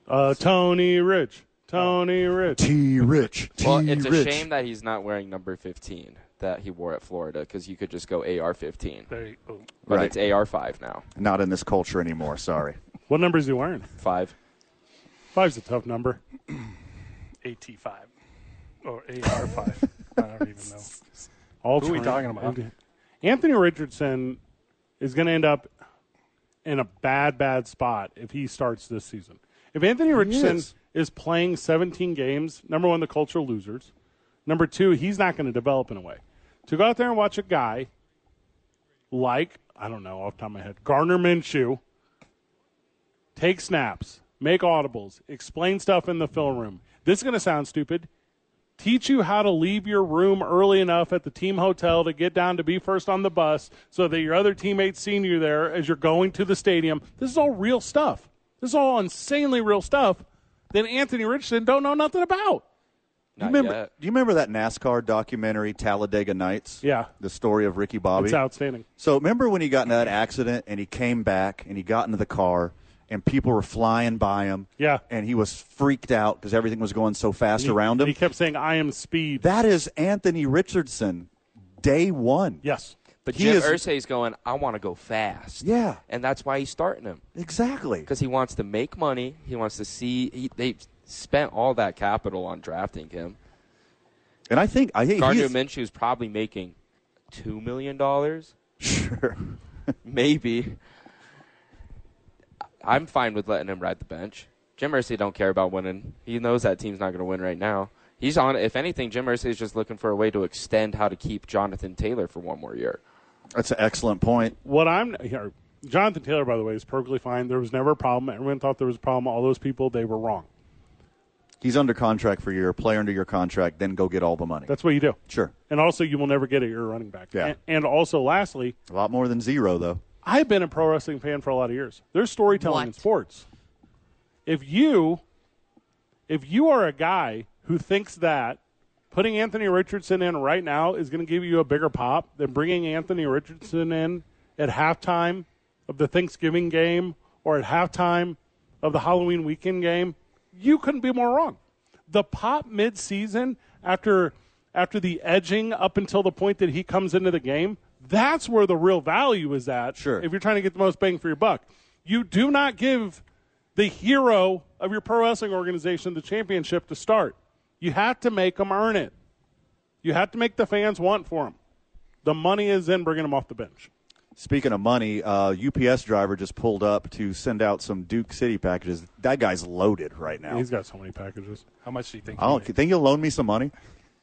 Speaker 4: Uh, Tony Rich. Tony Rich.
Speaker 1: T Rich. T
Speaker 2: Well, it's a shame that he's not wearing number 15 that he wore at Florida because you could just go AR 15,
Speaker 6: There you, oh,
Speaker 2: but
Speaker 1: Right.
Speaker 2: it's AR 5 now.
Speaker 1: Not in this culture anymore. Sorry.
Speaker 4: What number is he wearing?
Speaker 2: Five.
Speaker 4: Five's a tough number.
Speaker 6: AT5 or AR5. I don't even
Speaker 4: [laughs]
Speaker 6: know.
Speaker 4: All
Speaker 6: Who are we
Speaker 4: terrain.
Speaker 6: talking about?
Speaker 4: Anthony Richardson is going to end up in a bad, bad spot if he starts this season. If Anthony Richardson is.
Speaker 1: is.
Speaker 4: playing 17 games, number one, the culture losers. Number two, he's not going to develop in a way. To go out there and watch a guy like, I don't know, off the top of my head, Garner Minshew take snaps, make audibles, explain stuff in the film room. This is going to sound stupid teach you how to leave your room early enough at the team hotel to get down to be first on the bus so that your other teammates seeing you there as you're going to the stadium. This is all real stuff. This is all insanely real stuff that Anthony Richardson don't know nothing about.
Speaker 2: Not
Speaker 1: remember,
Speaker 2: yet.
Speaker 1: Do you remember that NASCAR documentary Talladega Nights?
Speaker 4: Yeah.
Speaker 1: The story of Ricky Bobby.
Speaker 4: It's outstanding.
Speaker 1: So remember when he got in that accident and he came back and he got into the car and people were flying by him.
Speaker 4: Yeah.
Speaker 1: And he was freaked out because everything was going so fast
Speaker 4: He-
Speaker 1: around him.
Speaker 4: He kept saying, I am speed.
Speaker 1: that is Anthony Richardson, day one.
Speaker 4: yes.
Speaker 2: But
Speaker 1: He
Speaker 2: Jim
Speaker 1: is-
Speaker 2: Irsay's going, I want to go fast.
Speaker 1: Yeah.
Speaker 2: And that's why he's starting him.
Speaker 1: Exactly.
Speaker 2: because he wants to make money. He wants to see. He, they spent all that capital on drafting him.
Speaker 1: And I think I think
Speaker 2: Gardner
Speaker 1: he's-
Speaker 2: Minshew's probably making two million dollars,
Speaker 1: [laughs] sure.
Speaker 2: maybe. I'm fine with letting him ride the bench. Jim Irsay don't care about winning. He knows that team's not going to win right now. He's on. If anything, Jim Irsay is just looking for a way to extend how to keep Jonathan Taylor for one more year.
Speaker 1: That's an excellent point.
Speaker 4: What I'm here, Jonathan Taylor, by the way, is perfectly fine. There was never a problem. Everyone thought there was a problem. All those people, they were wrong.
Speaker 1: He's under contract for a year, play under your contract, then go get all the money.
Speaker 4: That's what you do.
Speaker 1: sure.
Speaker 4: And also, you will never get it. You're a running back.
Speaker 1: Yeah.
Speaker 4: And, and also, lastly,
Speaker 1: A lot more than zero, though.
Speaker 4: I've been a pro wrestling fan for a lot of years. There's storytelling in
Speaker 3: What?
Speaker 4: sports. If you if you are a guy who thinks that putting Anthony Richardson in right now is going to give you a bigger pop than bringing Anthony Richardson in at halftime of the Thanksgiving game or at halftime of the Halloween weekend game, you couldn't be more wrong. The pop mid-season after after the edging up until the point that he comes into the game, that's where the real value is at.
Speaker 1: Sure.
Speaker 4: If you're trying to get the most bang for your buck, you do not give the hero of your pro wrestling organization the championship to start. You have to make them earn it. You have to make the fans want for them. The money is in bringing them off the bench.
Speaker 1: Speaking of money, uh, UPS driver just pulled up to send out some Duke City packages. That guy's loaded right now.
Speaker 4: He's got so many packages.
Speaker 6: Oh. How much do you think?
Speaker 1: I don't think you'll loan me some money.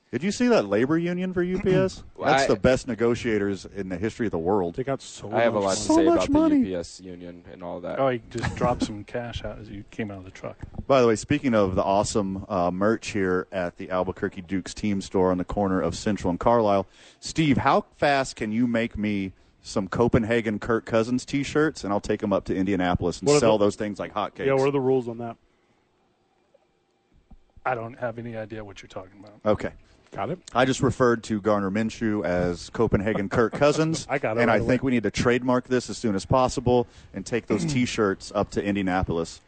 Speaker 1: Did you see that labor union for
Speaker 4: [clears throat]
Speaker 1: UPS? That's
Speaker 2: I-
Speaker 1: the best negotiators in the history of the world.
Speaker 4: They got so.
Speaker 2: I have a lot
Speaker 4: much
Speaker 2: to
Speaker 4: money.
Speaker 1: So
Speaker 2: say
Speaker 1: much
Speaker 2: about
Speaker 1: money.
Speaker 2: the UPS union and all that.
Speaker 6: Oh, he just dropped some cash out as you came out of the truck.
Speaker 1: By the way, speaking of the awesome uh, merch here at the Albuquerque Dukes team store on the corner of Central and Carlisle, Steve, how fast can you make me some Copenhagen Kirk Cousins T-shirts, and I'll take them up to Indianapolis and
Speaker 4: What are
Speaker 1: sell
Speaker 4: the-
Speaker 1: those things like hotcakes?
Speaker 4: Yeah, what are the rules on that?
Speaker 6: I don't have any idea what you're talking about.
Speaker 1: okay.
Speaker 4: Got it.
Speaker 1: I just referred to Garner Minshew as Copenhagen
Speaker 4: [laughs]
Speaker 1: Kirk Cousins.
Speaker 4: I got it
Speaker 1: And
Speaker 4: right
Speaker 1: I think we need to trademark this as soon as possible and take
Speaker 4: [clears throat]
Speaker 1: those t shirts up to Indianapolis,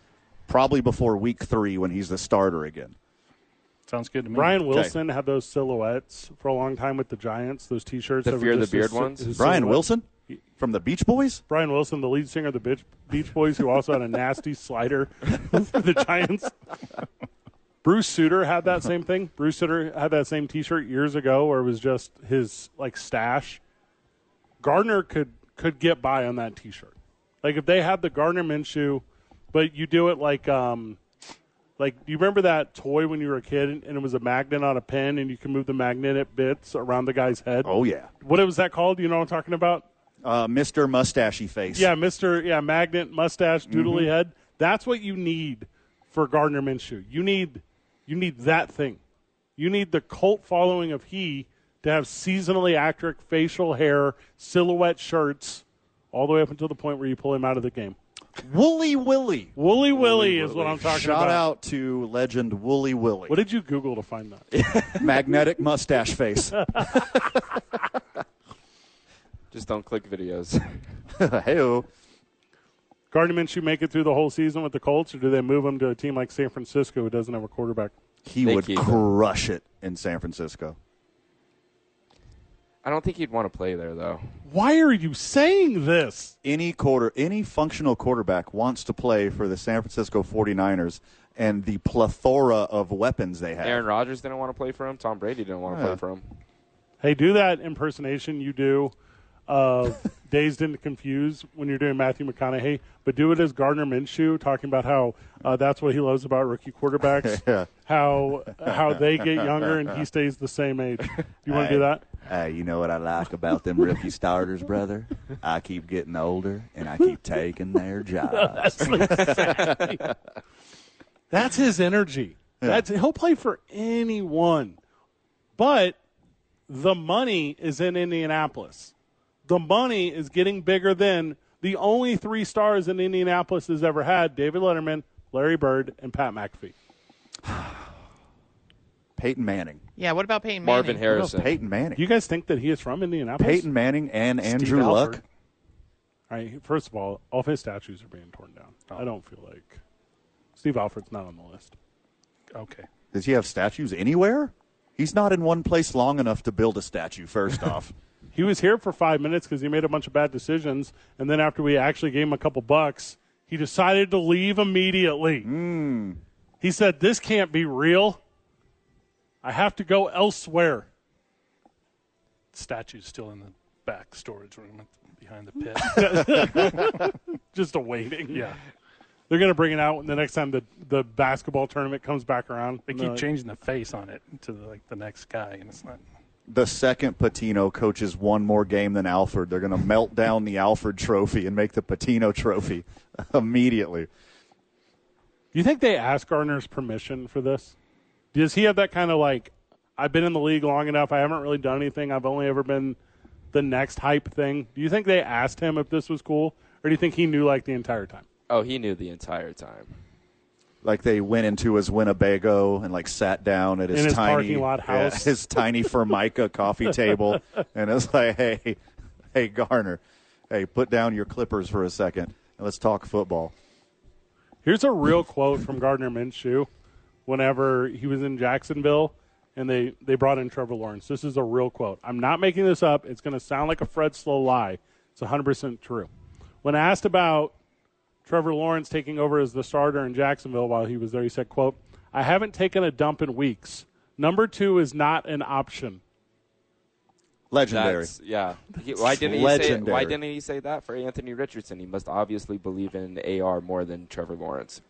Speaker 1: probably before week three when he's the starter again.
Speaker 6: Sounds good to me.
Speaker 4: Brian Wilson had those silhouettes for a long time with the Giants. Those T-shirts.
Speaker 2: The
Speaker 4: that were
Speaker 2: Fear the
Speaker 4: just
Speaker 2: Beard
Speaker 4: his-
Speaker 2: ones?
Speaker 4: his
Speaker 1: Brian
Speaker 4: silhouette.
Speaker 1: Wilson from the Beach Boys?
Speaker 4: Brian Wilson, the lead singer of the Beach, Beach Boys, who also had a nasty slider for the Giants. Bruce Sutter had that same thing. Bruce Sutter had that same T-shirt years ago, where it was just his like stash. Gardner could could get by on that T-shirt. Like if they had the Gardner Minshew, but you do it like um, like you remember that toy when you were a kid, and it was a magnet on a pin, and you can move the magnet at bits around the guy's head.
Speaker 1: Oh, yeah.
Speaker 4: What was that called? You know what I'm talking about?
Speaker 1: Uh, Mr. Mustachey Face.
Speaker 4: Yeah, Mister. Yeah, magnet mustache, doodly head. That's what you need for Gardner Minshew. You need, you need that thing. You need the cult following of he to have seasonally accurate facial hair, silhouette shirts, all the way up until the point where you pull him out of the game.
Speaker 1: Wooly Willy.
Speaker 4: Woolly Willy is what I'm talking
Speaker 1: Shout
Speaker 4: about.
Speaker 1: out to legend Wooly Willy.
Speaker 4: What did you Google to find that? [laughs]
Speaker 1: Magnetic Mustache Face. [laughs]
Speaker 2: Just don't click videos. [laughs]
Speaker 1: hey
Speaker 4: Gardner Minshew make it through the whole season with the Colts, or do they move him to a team like San Francisco who doesn't have a quarterback?
Speaker 1: He
Speaker 2: They
Speaker 1: would
Speaker 2: keep him.
Speaker 1: crush it in San Francisco.
Speaker 2: I don't think you'd want to play there though.
Speaker 4: Why are you saying this?
Speaker 1: any quarter any functional quarterback wants to play for the San Francisco 49ers and the plethora of weapons they have.
Speaker 2: Aaron Rodgers didn't want to play for him. Tom Brady didn't want to play for him.
Speaker 4: Hey, do that impersonation you do of Dazed and Confused when you're doing Matthew McConaughey, but do it as Gardner Minshew talking about how uh, that's what he loves about rookie quarterbacks, how how they get younger and he stays the same age. Do you want to do that?
Speaker 1: Hey, you know what I like about them rookie starters, brother? I keep getting older and I keep taking their jobs.
Speaker 4: That's his energy. That's he'll play for anyone. But the money is in Indianapolis. The money is getting bigger than the only three stars in Indianapolis has ever had, David Letterman, Larry Bird, and Pat McAfee.
Speaker 1: Peyton Manning.
Speaker 3: Yeah, what about Peyton Manning?
Speaker 2: Marvin
Speaker 1: What about
Speaker 2: Harrison.
Speaker 1: Peyton Manning.
Speaker 4: Do you guys think that he is from Indianapolis?
Speaker 1: Peyton Manning and Andrew
Speaker 6: Alford.
Speaker 1: Luck.
Speaker 4: All right, first of all, all of his statues are being torn down. I don't feel like Steve Alford's not on the list.
Speaker 6: Okay.
Speaker 1: Does he have statues anywhere? He's not in one place long enough to build a statue, first off.
Speaker 4: He was here for five minutes because he made a bunch of bad decisions, and then after we actually gave him a couple bucks, he decided to leave immediately.
Speaker 6: Hmm.
Speaker 4: He said, "This can't be real. I have to go elsewhere."
Speaker 6: Statue's still in the back storage room behind
Speaker 4: [laughs]
Speaker 6: the pit.
Speaker 4: Just awaiting.
Speaker 6: yeah.
Speaker 4: They're gonna bring it out the next time the the basketball tournament comes back around.
Speaker 6: They keep changing the face on it to the, like the next guy, and it's not.
Speaker 1: the second Patino coaches one more game than Alford, they're going to melt [laughs] down the Alford trophy and make the Patino trophy immediately.
Speaker 4: Do you think they asked Gardner's permission for this? Does he have that kind of like, I've been in the league long enough. I haven't really done anything. I've only ever been the next hype thing. Do you think they asked him if this was cool, or do you think he knew like the entire time?
Speaker 2: Oh, he knew the entire time.
Speaker 1: Like they went into his Winnebago and like sat down at his,
Speaker 4: In his
Speaker 1: tiny
Speaker 4: parking lot
Speaker 1: [laughs] yeah,
Speaker 4: house.
Speaker 1: his tiny Formica coffee table, and it's like, [laughs] hey, hey Garner, hey, put down your clippers for a second and let's talk football.
Speaker 4: Here's a real quote from Gardner Minshew whenever he was in Jacksonville and they, they brought in Trevor Lawrence. This is a real quote. I'm not making this up. It's going to sound like a Fred Slow lie. It's 100% true. When asked about Trevor Lawrence taking over as the starter in Jacksonville while he was there, he said, quote, I haven't taken a dump in weeks. Number two is not an option.
Speaker 1: Legendary.
Speaker 2: That's, yeah. He- why didn't he say?
Speaker 1: Legendary.
Speaker 2: Why didn't he say that for Anthony Richardson? He must obviously believe in AR more than Trevor Lawrence.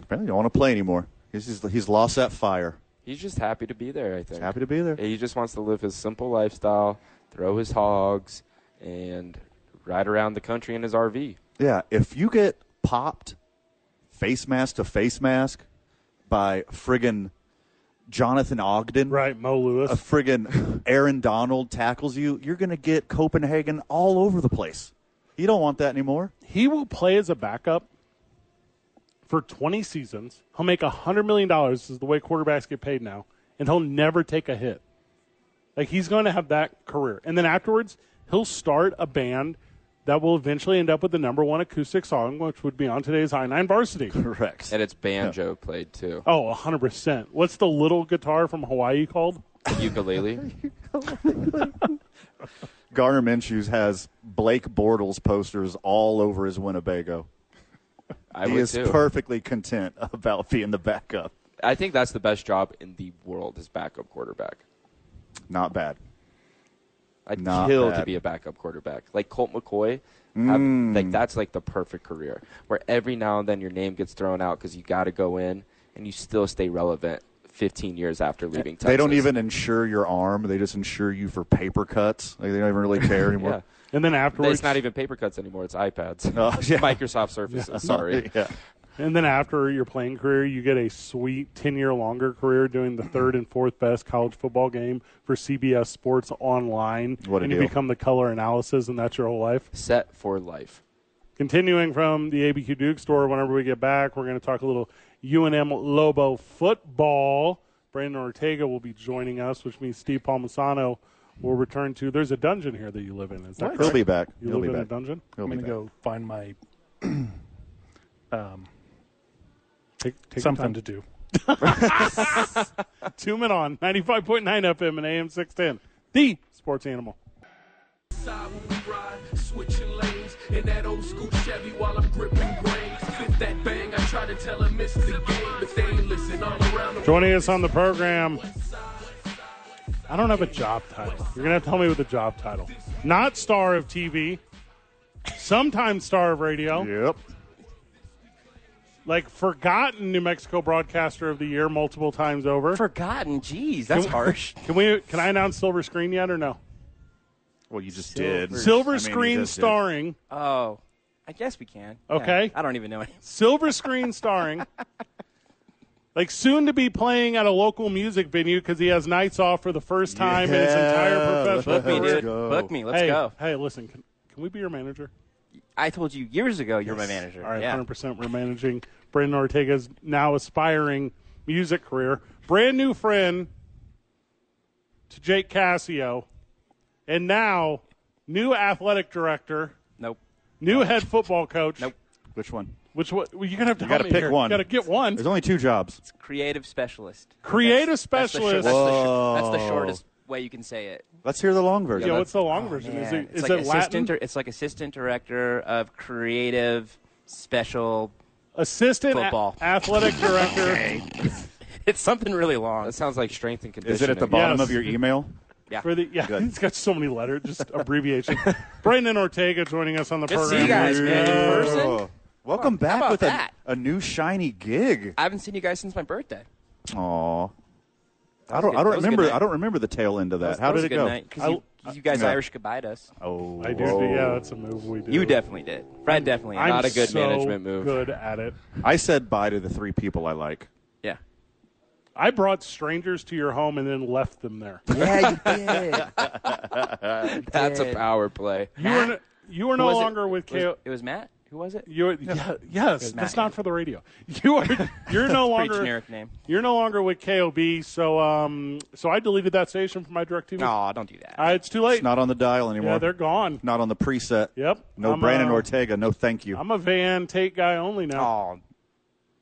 Speaker 1: Apparently, don't want to play anymore. He's just, he's lost that fire.
Speaker 2: He's just happy to be there. I think.
Speaker 1: Happy to be there.
Speaker 2: He just wants to live his simple lifestyle, throw his hogs, and ride around the country in his RV.
Speaker 1: Yeah, if you get popped face mask to face mask by friggin' Jonathan Ogden,
Speaker 4: Right, Mo Lewis.
Speaker 1: a friggin' Aaron Donald tackles you, you're going to get Copenhagen all over the place. You don't want that anymore.
Speaker 4: he will play as a backup for 20 seasons. He'll make $100 million, is the way quarterbacks get paid now, and he'll never take a hit. Like, he's going to have that career. And then afterwards, he'll start a band that will eventually end up with the number one acoustic song, which would be on today's I 9 varsity.
Speaker 1: Correct.
Speaker 2: And it's banjo played
Speaker 1: [laughs]
Speaker 2: too.
Speaker 4: Oh, 100%. What's the little guitar from Hawaii called?
Speaker 2: Ukulele.
Speaker 1: Garner Minshews has Blake Bortles posters all over his Winnebago.
Speaker 2: I
Speaker 1: he
Speaker 2: would
Speaker 1: is
Speaker 2: too.
Speaker 1: perfectly content about being the backup.
Speaker 2: I think that's the best job in the world is backup quarterback.
Speaker 1: Not bad.
Speaker 2: I'd
Speaker 1: Not
Speaker 2: kill
Speaker 1: bad. Mm.
Speaker 2: to be a backup quarterback. Like Colt McCoy, have- like that's like the perfect career where every now and then your name gets thrown out because you got to go in and you still stay relevant 15 years after leaving. Texas.
Speaker 1: Eh, They don't even insure your arm. They just insure you for paper cuts. Like, they don't even really care anymore.
Speaker 2: [laughs] Yeah.
Speaker 4: And then
Speaker 2: They-
Speaker 4: afterwards,
Speaker 2: It's not even paper cuts anymore. It's iPads. [laughs]
Speaker 1: Oh, yeah. [laughs]
Speaker 2: Microsoft Surfaces. Sorry.
Speaker 1: Yeah.
Speaker 4: And then after your playing career, you get a sweet 10 year longer career doing the third and fourth best college football game for CBS Sports Online.
Speaker 1: What a
Speaker 4: and
Speaker 1: deal.
Speaker 4: you become the color analysis, and that's your whole life.
Speaker 2: Set for life.
Speaker 4: Continuing from the ABQ Duke store, whenever we get back, we're going to talk a little UNM Lobo football. Brandon Ortega will be joining us, which means Steve Palmisano will return to. There's a dungeon here that you live in. Is that
Speaker 1: He'll
Speaker 4: correct?
Speaker 1: be back.
Speaker 4: You
Speaker 1: He'll be
Speaker 4: live in a
Speaker 1: back.
Speaker 4: dungeon?
Speaker 1: He'll
Speaker 6: I'm
Speaker 1: be
Speaker 6: gonna
Speaker 1: back.
Speaker 6: go find my um,
Speaker 4: Take, take your time.
Speaker 6: something to do.
Speaker 4: Two men on 95.9 FM and AM 610. The sports animal.
Speaker 7: side when we ride, switching lanes in that old school Chevy while I'm gripping grains. Fit that bang, I try to tell 'em it's the game, but they ain't listen all around the
Speaker 4: Joining us on the program. I don't have a job title. You're going to have to tell me with a job title. Not star of TV, sometimes star of radio,
Speaker 1: Yep.
Speaker 4: like forgotten New Mexico broadcaster of the year multiple times over.
Speaker 8: Forgotten. Jeez, that's harsh. [laughs]
Speaker 4: Can we can I announce silver screen yet or no?
Speaker 1: Well, you just did.
Speaker 4: Silver
Speaker 1: I mean, you
Speaker 4: screen
Speaker 1: just did.
Speaker 4: starring
Speaker 8: Oh, I guess we can.
Speaker 4: Okay.
Speaker 8: Yeah, I don't even know.
Speaker 4: Silver Screen starring. like soon to be playing at a local music venue because he has nights off for the first time in his
Speaker 1: Yeah,
Speaker 4: entire professional
Speaker 8: Book me,
Speaker 4: career.
Speaker 8: dude.
Speaker 1: go.
Speaker 8: Book me. Let's
Speaker 4: Hey,
Speaker 8: go.
Speaker 4: hey, listen, can, can we be your manager?
Speaker 8: I told you years ago you're my manager.
Speaker 4: All right,
Speaker 8: yeah.
Speaker 4: 100%. We're managing Brandon Ortega's now aspiring music career. Brand new friend to Jake Cassio, and now new athletic director,
Speaker 8: Nope.
Speaker 4: new head football coach.
Speaker 8: Nope.
Speaker 1: Which one?
Speaker 4: Which what well, you're gonna have to
Speaker 1: You
Speaker 4: help
Speaker 1: got to
Speaker 4: me
Speaker 1: pick
Speaker 4: here.
Speaker 1: one.
Speaker 4: You gotta get one.
Speaker 1: There's only two jobs.
Speaker 8: Creative specialist.
Speaker 4: Creative
Speaker 8: That's the, shor-
Speaker 4: specialist.
Speaker 8: that's, the shor- that's the
Speaker 1: Whoa.
Speaker 8: shortest way you can say it.
Speaker 1: Let's hear the long version.
Speaker 4: Yeah, what's the long version? Is
Speaker 8: oh, Man,
Speaker 4: it, is
Speaker 8: it's like
Speaker 4: it Latin?
Speaker 8: assistant. dir- it's like assistant director of creative special. [laughs]
Speaker 4: Assistant a-
Speaker 8: Football.
Speaker 4: athletic
Speaker 8: [laughs]
Speaker 4: director
Speaker 8: It's something really long.
Speaker 2: That sounds like strength and conditioning.
Speaker 1: Is it at the bottom
Speaker 4: Yes.
Speaker 1: of your email?
Speaker 4: for the yeah.
Speaker 1: Good.
Speaker 4: He's got so many letters, just
Speaker 8: [laughs]
Speaker 4: abbreviation. Brandon Ortega joining us on the
Speaker 8: Good to
Speaker 4: program.
Speaker 8: see you guys, man. In person.
Speaker 1: Oh. Welcome back
Speaker 8: about
Speaker 1: with a,
Speaker 8: that?
Speaker 1: a new shiny gig.
Speaker 8: I haven't seen you guys since my birthday.
Speaker 1: Aw. I don't.
Speaker 8: good.
Speaker 1: I don't
Speaker 8: That was a good
Speaker 1: remember.
Speaker 8: night.
Speaker 1: I don't remember the tail end of that. Uh, How
Speaker 8: was
Speaker 1: did
Speaker 8: a
Speaker 1: it
Speaker 8: good
Speaker 1: go?
Speaker 8: night, 'cause you- you guys
Speaker 1: no.
Speaker 8: Irish goodbyed us.
Speaker 1: Oh,
Speaker 4: I do.
Speaker 1: whoa.
Speaker 4: Yeah, that's a move we do.
Speaker 8: You definitely did. Fred definitely.
Speaker 4: I'm
Speaker 8: did.
Speaker 2: Not a good
Speaker 4: so
Speaker 2: management move.
Speaker 4: Good at it.
Speaker 1: I said bye to the three people I like.
Speaker 8: Yeah.
Speaker 4: I brought strangers to your home and then left them there.
Speaker 8: Yeah, [laughs] you did.
Speaker 2: [laughs] That's a
Speaker 8: did.
Speaker 2: power play.
Speaker 4: You were n- you were no
Speaker 8: Was it-
Speaker 4: longer with
Speaker 8: was-
Speaker 4: KO.
Speaker 8: It was Matt. Who was it?
Speaker 4: You're, yeah, yes,
Speaker 8: Matt
Speaker 4: that's not for the radio. [laughs] You are you're no
Speaker 8: Pretty
Speaker 4: longer
Speaker 8: generic name.
Speaker 4: You're no longer with KOB, so um, so I deleted that station from my DirecTV.
Speaker 8: No, don't do that.
Speaker 4: Uh, it's too late.
Speaker 1: It's not on the dial anymore.
Speaker 4: yeah, they're gone.
Speaker 1: not on the preset.
Speaker 4: Yep.
Speaker 1: No
Speaker 4: I'm,
Speaker 1: Brandon
Speaker 4: uh,
Speaker 1: Ortega. No, thank you.
Speaker 4: I'm a Van Tate guy only now.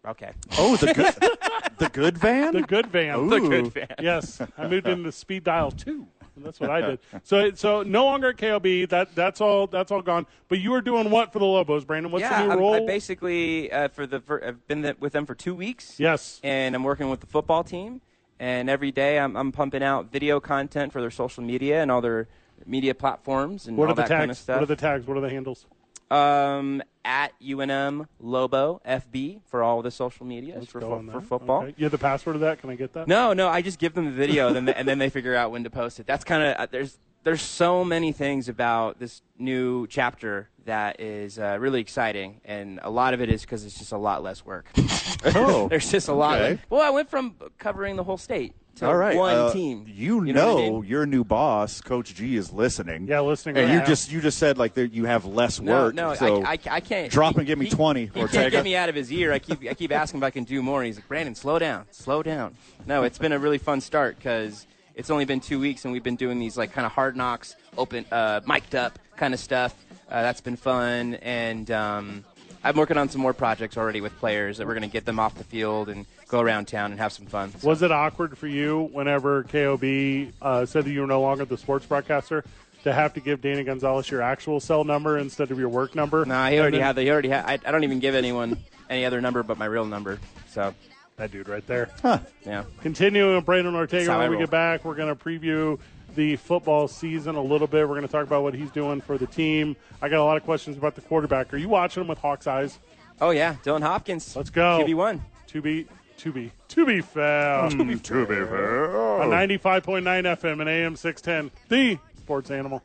Speaker 8: Oh, okay.
Speaker 1: oh, the good, the good van.
Speaker 4: The good Van.
Speaker 1: Ooh. The good
Speaker 8: van.
Speaker 4: Yes, I moved into speed dial two. And that's what I
Speaker 8: [laughs]
Speaker 4: did. So it- so no longer at KOB. That that's all that's all gone. But you were doing what for the Lobos, Brandon? What's
Speaker 8: yeah,
Speaker 4: the new
Speaker 8: I'm,
Speaker 4: role?
Speaker 8: I basically uh, for the for, I've been th- with them for two weeks.
Speaker 4: Yes.
Speaker 8: and I'm working with the football team. And every day I'm, I'm pumping out video content for their social media and all their media platforms and
Speaker 4: what
Speaker 8: all
Speaker 4: are the
Speaker 8: that
Speaker 4: tags?
Speaker 8: kind of stuff.
Speaker 4: What are the tags? What are the handles?
Speaker 8: um, at UNM Lobo FB for all the social medias for,
Speaker 4: Go
Speaker 8: fo-
Speaker 4: on
Speaker 8: for
Speaker 4: there.
Speaker 8: football.
Speaker 4: Okay. You have the password of that? Can I get that?
Speaker 8: No, no, I just give them the video, then they, and then they figure out when to post it. That's kind of there's there's so many things about this new chapter that is uh, really exciting, and a lot of it is because it's just a lot less work.
Speaker 1: Oh.
Speaker 8: [laughs] there's just a lot.
Speaker 1: Okay.
Speaker 8: less- well, I went from covering the whole state to
Speaker 1: All right,
Speaker 8: one
Speaker 1: uh,
Speaker 8: team.
Speaker 1: You,
Speaker 8: know
Speaker 1: know,
Speaker 8: what I mean?
Speaker 1: your new boss, Coach G, is listening.
Speaker 4: Yeah, listening
Speaker 1: And
Speaker 4: right
Speaker 1: you
Speaker 4: now.
Speaker 1: just you just said like that you have less
Speaker 8: No,
Speaker 1: work.
Speaker 8: no,
Speaker 1: so
Speaker 8: I, I, I can't.
Speaker 1: drop
Speaker 8: he-
Speaker 1: and give me
Speaker 8: he-
Speaker 1: 20,
Speaker 8: He
Speaker 1: Ortega.
Speaker 8: can't get me out of his ear. I keep, I keep asking if I can do more. And he's like, Brandon, slow down, slow down. No, it's been a really fun start because it's only been two weeks and we've been doing these like kind of hard knocks, open, uh, mic'd up kind of stuff. Uh, that's been fun, and um, I'm working on some more projects already with players that we're going to get them off the field and go around town and have some fun. So-
Speaker 4: Was it awkward for you whenever KOB uh, said that you were no longer the sports broadcaster to have to give Danny Gonzalez your actual cell number instead of your work number?
Speaker 8: no, he already
Speaker 4: And then-
Speaker 8: had. the- He already had. I, I don't even give anyone any other number but my real number. So,
Speaker 4: that dude right there.
Speaker 8: yeah.
Speaker 4: Continuing with Brandon
Speaker 8: That's
Speaker 4: Ortega,
Speaker 8: how I
Speaker 4: when we
Speaker 8: roll.
Speaker 4: get back, we're going to preview the football season a little bit. We're going to talk about what he's doing for the team. I got a lot of questions about the quarterback. Are you watching him with Hawks eyes?
Speaker 8: Oh yeah, Dylan Hopkins.
Speaker 4: Let's go.
Speaker 8: QB one.
Speaker 4: To be, to be, to be fair. To be fair. On 95.9 FM and AM 610, the sports animal.